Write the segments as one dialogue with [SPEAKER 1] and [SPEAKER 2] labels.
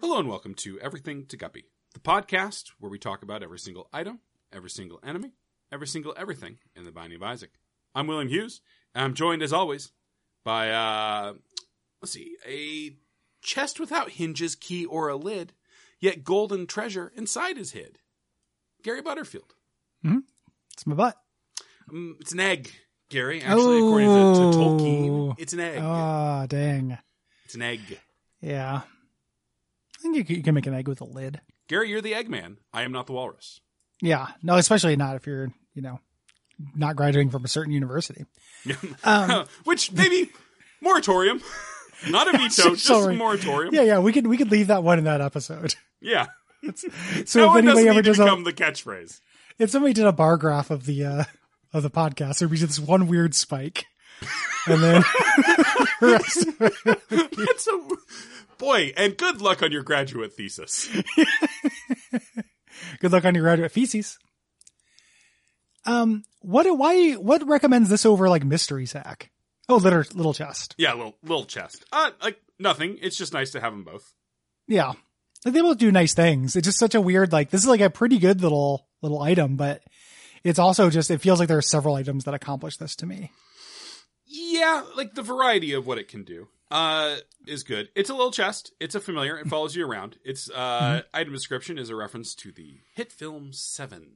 [SPEAKER 1] Hello and welcome to Everything to Guppy, the podcast where we talk about every single item, every single enemy, every single everything in the Binding of Isaac. I'm William Hughes, and I'm joined as always by uh let's see, a chest without hinges, key, or a lid, yet golden treasure inside is hid. Gary Butterfield.
[SPEAKER 2] It's my butt.
[SPEAKER 1] Um, it's an egg, Gary. Actually, according to, to Tolkien,
[SPEAKER 2] Oh.
[SPEAKER 1] it's an egg.
[SPEAKER 2] Ah, dang.
[SPEAKER 1] It's an egg.
[SPEAKER 2] Yeah. I think you c- you can make an egg with a lid.
[SPEAKER 1] Gary, you're the Eggman. I am not the Walrus.
[SPEAKER 2] Yeah. No, especially not if you're, you know, not graduating from a certain university. Um,
[SPEAKER 1] Which maybe moratorium, not a veto, just
[SPEAKER 2] Sorry.
[SPEAKER 1] moratorium.
[SPEAKER 2] yeah, yeah, we could we could leave that one in that episode.
[SPEAKER 1] Yeah.
[SPEAKER 2] So
[SPEAKER 1] no
[SPEAKER 2] if
[SPEAKER 1] one doesn't
[SPEAKER 2] anybody ever
[SPEAKER 1] need to
[SPEAKER 2] does a,
[SPEAKER 1] become the catchphrase.
[SPEAKER 2] if somebody did a bar graph of the uh of the podcast, there'd be this one weird spike. And then the rest of it-
[SPEAKER 1] That's a boy, and good luck on your graduate thesis.
[SPEAKER 2] good luck on your graduate feces. Um what why what recommends this over like mystery sack? Oh, little little chest.
[SPEAKER 1] Yeah, little little chest. Uh, like nothing. It's just nice to have them both.
[SPEAKER 2] Yeah. Like, They both do nice things. It's just such a weird, like, this is like a pretty good little, little item, but it's also just, it feels like there are several items that accomplish this to me.
[SPEAKER 1] Yeah, like the variety of what it can do uh is good. It's a little chest. It's a familiar. It follows you around. Its uh
[SPEAKER 2] Mm-hmm.
[SPEAKER 1] item description is a reference to the hit film Seven.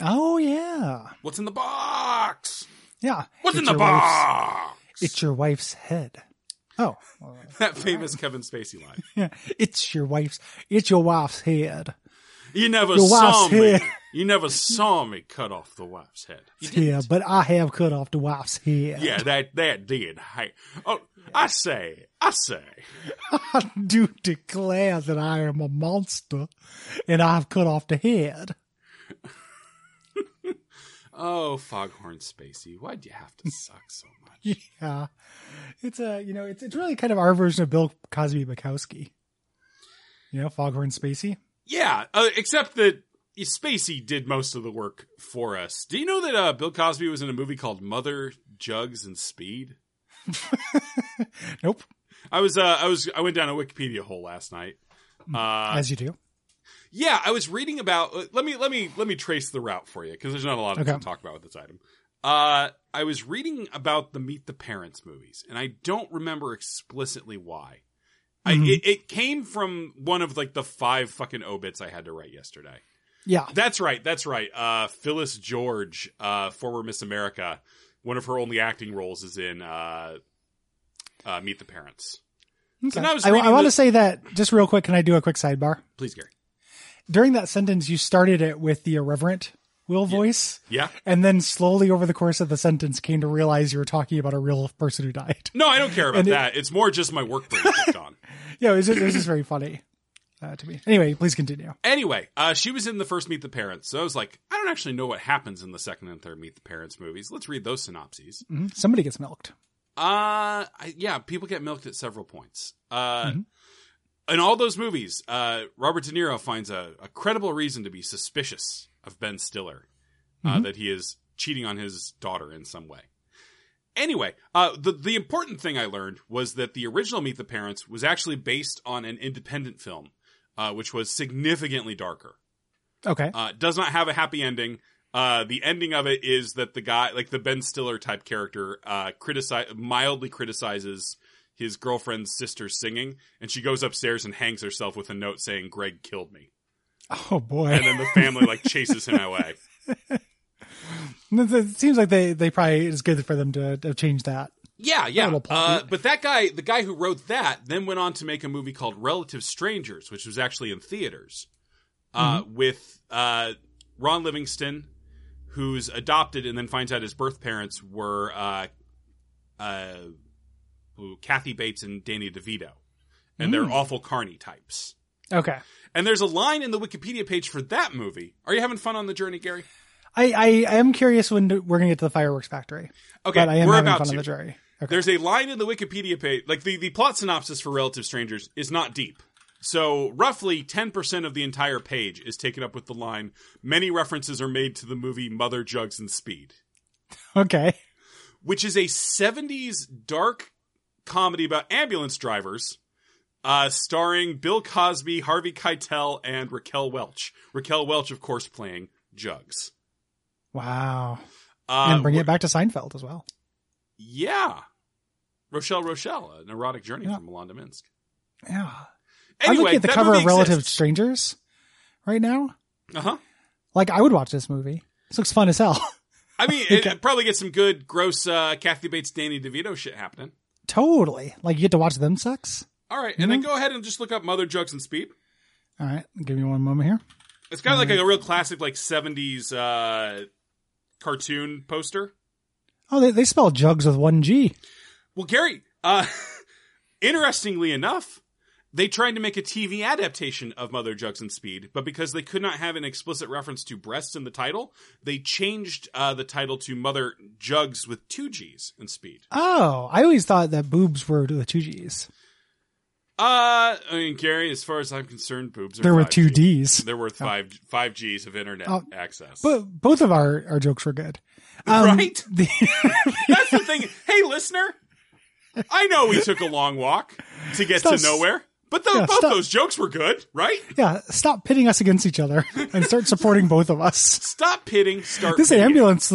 [SPEAKER 2] Oh, yeah.
[SPEAKER 1] What's in the box?
[SPEAKER 2] Yeah.
[SPEAKER 1] What's
[SPEAKER 2] It's
[SPEAKER 1] in the
[SPEAKER 2] your wife's-
[SPEAKER 1] box?
[SPEAKER 2] It's your wife's head. Oh, well,
[SPEAKER 1] that famous Kevin Spacey line.
[SPEAKER 2] yeah. It's your wife's, it's your wife's head.
[SPEAKER 1] You never
[SPEAKER 2] Your
[SPEAKER 1] saw
[SPEAKER 2] wife's
[SPEAKER 1] me.
[SPEAKER 2] head.
[SPEAKER 1] You never saw me cut off the wife's head. You didn't.
[SPEAKER 2] Yeah, but I have cut off the wife's head.
[SPEAKER 1] Yeah, that that did. Hey, oh, I say, I say,
[SPEAKER 2] I do declare that I am a monster and I've cut off the head.
[SPEAKER 1] oh, Foghorn Spacey, why'd you have to suck so much?
[SPEAKER 2] Yeah. It's a, you know, it's it's really kind of our version of Bill Cosby Bukowski. You know, Foghorn Spacey.
[SPEAKER 1] Yeah, uh, except that Spacey did most of the work for us. Do you know that uh, Bill Cosby was in a movie called Mother Jugs and Speed?
[SPEAKER 2] Nope.
[SPEAKER 1] I was, uh, I was, I went down a Wikipedia hole last night. Uh,
[SPEAKER 2] as you do.
[SPEAKER 1] Yeah, I was reading about. uh, Let me let me let me trace the route for you because there's not a lot
[SPEAKER 2] Okay.
[SPEAKER 1] to talk about with this item. Uh, I was reading about the Meet the Parents movies, and I don't remember explicitly why. I,
[SPEAKER 2] Mhm.
[SPEAKER 1] it, it came from one of like the five fucking obits I had to write yesterday.
[SPEAKER 2] Yeah.
[SPEAKER 1] That's right, that's right. Uh, Phyllis George, uh, former Miss America, one of her only acting roles is in uh, uh, Meet the Parents.
[SPEAKER 2] Okay.
[SPEAKER 1] now I was
[SPEAKER 2] I,
[SPEAKER 1] reading
[SPEAKER 2] want
[SPEAKER 1] the-
[SPEAKER 2] to say that just real quick. Can I do a quick sidebar?
[SPEAKER 1] Please, Gary.
[SPEAKER 2] During that sentence, you started it with the irreverent Will voice,
[SPEAKER 1] Yeah.
[SPEAKER 2] and then slowly over the course of the sentence came to realize you were talking about a real person who died.
[SPEAKER 1] No, I don't care about
[SPEAKER 2] And it-
[SPEAKER 1] that. it's more just my work brain kicked on.
[SPEAKER 2] Yeah, it was just, it was just very funny uh, to me. Anyway, please continue.
[SPEAKER 1] Anyway, uh, she was in the first Meet the Parents, so I was like, I don't actually know what happens in the second and third Meet the Parents movies. Let's read those synopses.
[SPEAKER 2] Mhm. Somebody gets milked.
[SPEAKER 1] Uh, I, yeah, people get milked at several points. Uh, In all those movies, uh, Robert De Niro finds a, a credible reason to be suspicious of Ben Stiller, uh, that he is cheating on his daughter in some way. Anyway, uh, the the important thing I learned was that the original Meet the Parents was actually based on an independent film, uh, which was significantly darker.
[SPEAKER 2] Okay.
[SPEAKER 1] Uh, does not have a happy ending. Uh, the ending of it is that the guy, like the Ben Stiller type character, uh, criticize mildly criticizes his girlfriend's sister singing, and she goes upstairs and hangs herself with a note saying "Greg killed me,"
[SPEAKER 2] oh boy.
[SPEAKER 1] and then the family like chases him away.
[SPEAKER 2] It seems like they, they probably it's good for them to have changed that.
[SPEAKER 1] Yeah, yeah.
[SPEAKER 2] That'll pop
[SPEAKER 1] Uh, but that guy, the guy who wrote that, then went on to make a movie called Relative Strangers, which was actually in theaters uh,
[SPEAKER 2] Mm-hmm.
[SPEAKER 1] with uh, Ron Livingston, who's adopted and then finds out his birth parents were uh, uh, who- Kathy Bates and Danny DeVito. And they're
[SPEAKER 2] Mm.
[SPEAKER 1] awful carny types.
[SPEAKER 2] Okay.
[SPEAKER 1] And there's a line in the Wikipedia page for that movie. Are you having fun on the journey, Gary?
[SPEAKER 2] I, I, I am curious when do- we're going to get to the fireworks factory.
[SPEAKER 1] Okay,
[SPEAKER 2] but I am
[SPEAKER 1] we're
[SPEAKER 2] having
[SPEAKER 1] about
[SPEAKER 2] fun
[SPEAKER 1] to.
[SPEAKER 2] on the jury. Okay.
[SPEAKER 1] There's a line in the Wikipedia page, like the, the plot synopsis for Relative Strangers is not deep. So, roughly 10% of the entire page is taken up with the line many references are made to the movie Mother Jugs and Speed,
[SPEAKER 2] Okay.
[SPEAKER 1] which is a 70s dark comedy about ambulance drivers uh, starring Bill Cosby, Harvey Keitel, and Raquel Welch. Raquel Welch, of course, playing Jugs.
[SPEAKER 2] Wow.
[SPEAKER 1] Uh,
[SPEAKER 2] And bring
[SPEAKER 1] wh-
[SPEAKER 2] it back to Seinfeld as well.
[SPEAKER 1] Yeah. Rochelle Rochelle, an erotic journey
[SPEAKER 2] Yeah.
[SPEAKER 1] from Milan to Minsk.
[SPEAKER 2] Yeah.
[SPEAKER 1] Anyway,
[SPEAKER 2] I'm looking at the
[SPEAKER 1] that
[SPEAKER 2] cover
[SPEAKER 1] movie
[SPEAKER 2] of Relative
[SPEAKER 1] exists.
[SPEAKER 2] Strangers right now.
[SPEAKER 1] Uh-huh.
[SPEAKER 2] Like, I would watch this movie. This looks fun as hell.
[SPEAKER 1] I mean, it, it probably gets some good, gross uh, Kathy Bates, Danny DeVito shit happening.
[SPEAKER 2] totally. Like, you get to watch them sex.
[SPEAKER 1] All right, and
[SPEAKER 2] Mm-hmm.
[SPEAKER 1] then go ahead and just look up Mother Jugs and Speed.
[SPEAKER 2] All right. Give me one moment here.
[SPEAKER 1] It's kind of like
[SPEAKER 2] Mm-hmm.
[SPEAKER 1] a real classic, like '70s uh, cartoon poster.
[SPEAKER 2] Oh, they, they spell jugs with one G.
[SPEAKER 1] Well, Gary, uh, interestingly enough, they tried to make a TV adaptation of Mother Jugs and Speed, but because they could not have an explicit reference to breasts in the title, they changed uh, the title to Mother Jugs with two G's and Speed.
[SPEAKER 2] Oh, I always thought that boobs were the two G's.
[SPEAKER 1] Uh, I mean, Gary, as far as I'm concerned, boobs are
[SPEAKER 2] There were
[SPEAKER 1] 5G.
[SPEAKER 2] two D's.
[SPEAKER 1] They're worth five five G's of internet
[SPEAKER 2] Oh.
[SPEAKER 1] access.
[SPEAKER 2] But both of our, our jokes were good. Um,
[SPEAKER 1] Right?
[SPEAKER 2] the-
[SPEAKER 1] That's the thing. Hey, listener, I know we took a long walk to get
[SPEAKER 2] Stop-
[SPEAKER 1] to nowhere, but tho-
[SPEAKER 2] Yeah,
[SPEAKER 1] both
[SPEAKER 2] stop.
[SPEAKER 1] those jokes were good, right?
[SPEAKER 2] yeah, stop pitting us against each other and start supporting both of us.
[SPEAKER 1] Stop pitting. Start
[SPEAKER 2] This
[SPEAKER 1] pitting.
[SPEAKER 2] ambulance,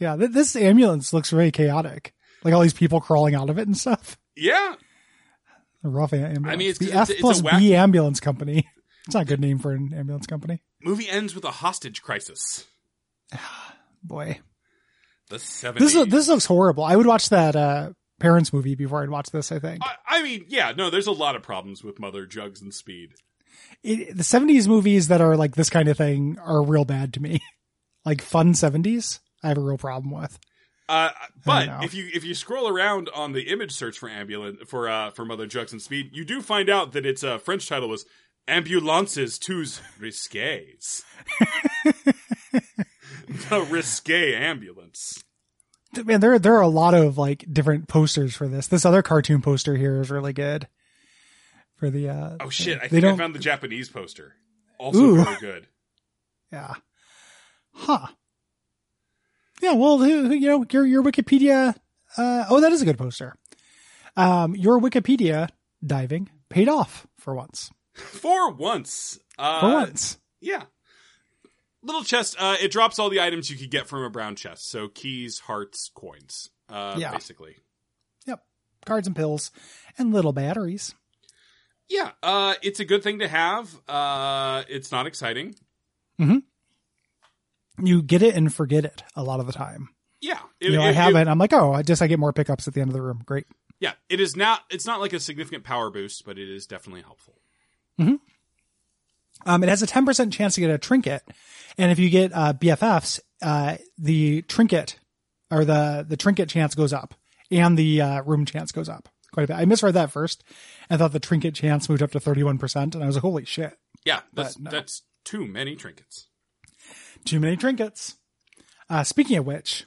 [SPEAKER 2] yeah, th- this ambulance looks really chaotic. Like all these people crawling out of it and stuff.
[SPEAKER 1] Yeah,
[SPEAKER 2] A rough a- ambulance.
[SPEAKER 1] I mean, it's-
[SPEAKER 2] the
[SPEAKER 1] it's-
[SPEAKER 2] F
[SPEAKER 1] it's a
[SPEAKER 2] plus
[SPEAKER 1] wacky-
[SPEAKER 2] B ambulance company. It's not a good name for an ambulance company.
[SPEAKER 1] movie ends with a hostage crisis.
[SPEAKER 2] Boy,
[SPEAKER 1] The seventies.
[SPEAKER 2] this lo- this looks horrible. I would watch that uh, parents movie before I'd watch this. I think
[SPEAKER 1] I, I mean, yeah, no, there's a lot of problems with Mother Jugs and Speed.
[SPEAKER 2] it, the '70s movies that are like this kind of thing are real bad to me. Like fun '70s, I have a real problem with.
[SPEAKER 1] Uh,
[SPEAKER 2] know.
[SPEAKER 1] but if you if you scroll around on the image search for ambulance for uh, for Mother Jugs and Speed, you do find out that its uh, French title was Ambulances Tus Risques. the risque ambulance.
[SPEAKER 2] Th- Man, there there are a lot of like different posters for this. This other cartoon poster here is really good. For the uh,
[SPEAKER 1] Oh shit! I
[SPEAKER 2] They
[SPEAKER 1] think I
[SPEAKER 2] don't-
[SPEAKER 1] found the Japanese poster. Also
[SPEAKER 2] Ooh.
[SPEAKER 1] very good.
[SPEAKER 2] Yeah. Huh. Yeah, well, who- who- you know, your your Wikipedia. Uh, oh, that is a good poster. Um, your Wikipedia diving paid off for once.
[SPEAKER 1] For once. Uh,
[SPEAKER 2] For once,
[SPEAKER 1] Yeah. Little chest. Uh, it drops all the items you could get from a brown chest. So keys, hearts, coins. Uh,
[SPEAKER 2] Yeah.
[SPEAKER 1] Basically.
[SPEAKER 2] cards and pills, and little batteries.
[SPEAKER 1] Yeah. Uh, it's a good thing to have. Uh, it's not exciting.
[SPEAKER 2] You get it and forget it a lot of the time.
[SPEAKER 1] Yeah. It,
[SPEAKER 2] You know, I
[SPEAKER 1] it-
[SPEAKER 2] have
[SPEAKER 1] it-
[SPEAKER 2] it. I'm like, oh, I just I get more pickups at the end of the room. Great.
[SPEAKER 1] Yeah. It is not. It's not like a significant power boost, but it is definitely helpful.
[SPEAKER 2] Um, it has a 10% chance to get a trinket. And if you get, uh, BFFs, uh, the trinket or the, the trinket chance goes up and the, uh, room chance goes up quite a bit. I misread that first and thought the trinket chance moved up to 31%. And I was like, holy shit,
[SPEAKER 1] Yeah. That's
[SPEAKER 2] But no.
[SPEAKER 1] that's too many trinkets.
[SPEAKER 2] too many trinkets. Uh, speaking of which,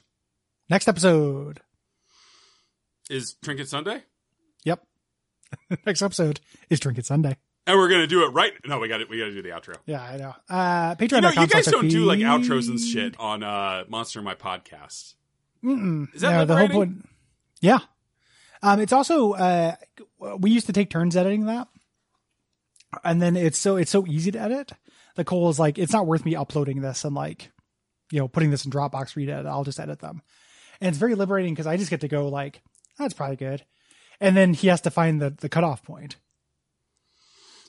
[SPEAKER 2] next episode.
[SPEAKER 1] Is Trinket Sunday?
[SPEAKER 2] Yep. next episode is Trinket Sunday.
[SPEAKER 1] And we're gonna do it right. No, we got it. We got to do the outro.
[SPEAKER 2] Yeah, I know. Uh, Patreon.
[SPEAKER 1] You know, you guys don't do like outros and shit on uh, Monster My Podcast.
[SPEAKER 2] Mm-mm.
[SPEAKER 1] Is that
[SPEAKER 2] no, the whole
[SPEAKER 1] liberating?
[SPEAKER 2] point? Yeah. Um, it's also uh, we used to take turns editing that, and then it's so it's so easy to edit. The Cole is like, it's not worth me uploading this and like, you know, putting this in Dropbox for you to edit. I'll just edit them, and it's very liberating because I just get to go like, that's probably good, and then he has to find the the cutoff point.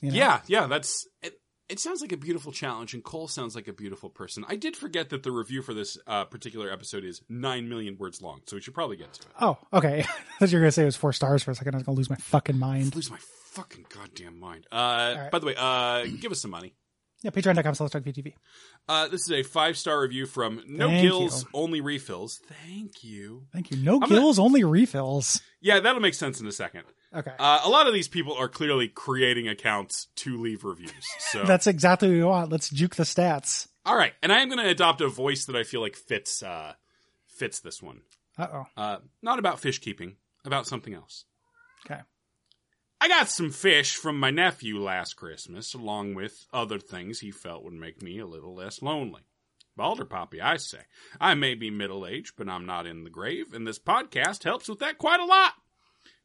[SPEAKER 2] You know?
[SPEAKER 1] Yeah, yeah, that's it. It sounds like a beautiful challenge, and Cole sounds like a beautiful person. I did forget that the review for this uh, particular episode is nine million words long, so we should probably get to it.
[SPEAKER 2] Oh, okay. I thought you were gonna say it was four stars for a second. I was gonna lose my fucking mind.
[SPEAKER 1] Lose my fucking goddamn mind. Uh,
[SPEAKER 2] right.
[SPEAKER 1] By the way, uh, give us some money.
[SPEAKER 2] Yeah, patreon.com slash TV.
[SPEAKER 1] Uh, this is a five star review from No
[SPEAKER 2] Thank
[SPEAKER 1] Gills,
[SPEAKER 2] you.
[SPEAKER 1] Only Refills. Thank you.
[SPEAKER 2] Thank you. No
[SPEAKER 1] gonna-
[SPEAKER 2] kills, only refills.
[SPEAKER 1] Yeah, that'll make sense in a second.
[SPEAKER 2] Okay.
[SPEAKER 1] Uh, a lot of these people are clearly creating accounts to leave reviews. So
[SPEAKER 2] That's exactly what we want. Let's juke the stats.
[SPEAKER 1] all right, and I am going to adopt a voice that I feel like fits uh, fits this one.
[SPEAKER 2] Uh oh.
[SPEAKER 1] Uh, not about fish keeping, about something else.
[SPEAKER 2] Okay.
[SPEAKER 1] I got some fish from my nephew last Christmas, along with other things he felt would make me a little less lonely. Balder Poppy, I say. I may be middle aged, but I'm not in the grave, and this podcast helps with that quite a lot.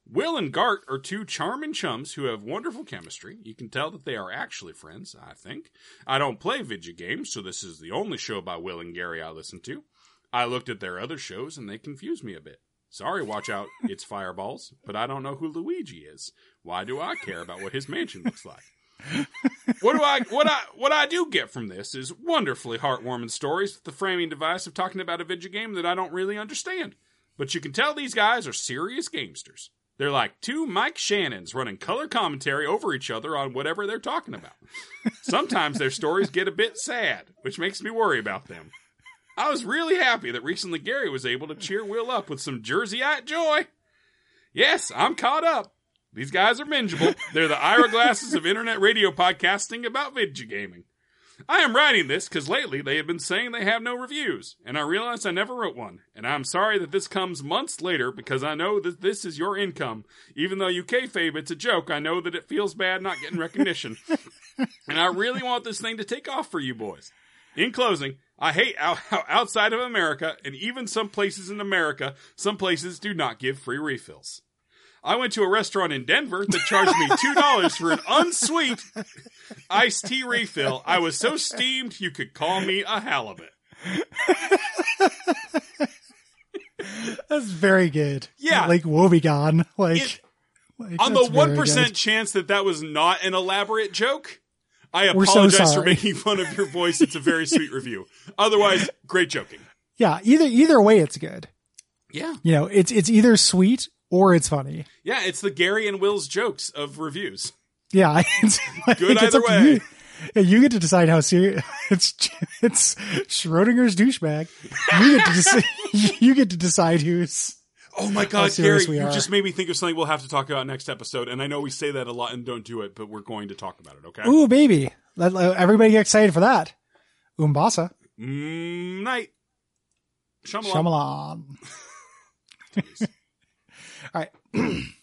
[SPEAKER 1] Will and Gart are two charming chums who have wonderful chemistry. You can tell that they are actually friends, I think. I don't play video games, so this is the only show by Will and Gary I listen to. I looked at their other shows and they confused me a bit. Sorry, watch out, it's Fireballs, but I don't know who Luigi is. Why do I care about what his mansion looks like? what do I what I what I do get from this is wonderfully heartwarming stories with the framing device of talking about a video game that I don't really understand. But you can tell these guys are serious gamesters. They're like two Mike Shannons running color commentary over each other on whatever they're talking about. Sometimes their stories get a bit sad, which makes me worry about them. I was really happy that recently Gary was able to cheer Will up with some Jerseyite joy. Yes, I'm caught up. These guys are bingeable. They're the Ira glasses of internet radio podcasting about video gaming. I am writing this because lately they have been saying they have no reviews, and I realized I never wrote one. And I'm sorry that this comes months later because I know that this is your income. Even though you kayfabe it's a joke, I know that it feels bad not getting recognition. and I really want this thing to take off for you boys. In closing, I hate how, how outside of America and even some places in America, some places do not give free refills. I went to a restaurant in Denver that charged me two dollars for an unsweet iced tea refill. I was so steamed you could call me a halibut.
[SPEAKER 2] That's very good.
[SPEAKER 1] Yeah.
[SPEAKER 2] like we'll be gone. Like,
[SPEAKER 1] It-
[SPEAKER 2] like,
[SPEAKER 1] On the
[SPEAKER 2] that's very
[SPEAKER 1] one percent chance that that was not an elaborate joke, I
[SPEAKER 2] We're so
[SPEAKER 1] apologize for
[SPEAKER 2] sorry.
[SPEAKER 1] making fun of your voice. It's a very sweet review. Otherwise, great joking.
[SPEAKER 2] good. Yeah, either either way, it's good.
[SPEAKER 1] Yeah,
[SPEAKER 2] You know, it's it's either sweet or it's funny.
[SPEAKER 1] yeah. It's the Gary and Will's jokes of reviews.
[SPEAKER 2] Yeah, it's like,
[SPEAKER 1] Good
[SPEAKER 2] it's
[SPEAKER 1] either
[SPEAKER 2] up to
[SPEAKER 1] way.
[SPEAKER 2] you. Yeah, you get to decide how serious it's. It's Schrodinger's douchebag. You get to deci- you get to decide who's.
[SPEAKER 1] Oh my
[SPEAKER 2] How
[SPEAKER 1] God, Gary,
[SPEAKER 2] serious we
[SPEAKER 1] you
[SPEAKER 2] are.
[SPEAKER 1] just made me think of something we'll have to talk about next episode. And I know we say that a lot and don't do it, but we're going to talk about it. Okay.
[SPEAKER 2] Ooh, baby! Let, let everybody get excited for that. Umbasa,
[SPEAKER 1] Mm, night. Shyamalan.
[SPEAKER 2] Shyamalan. All right.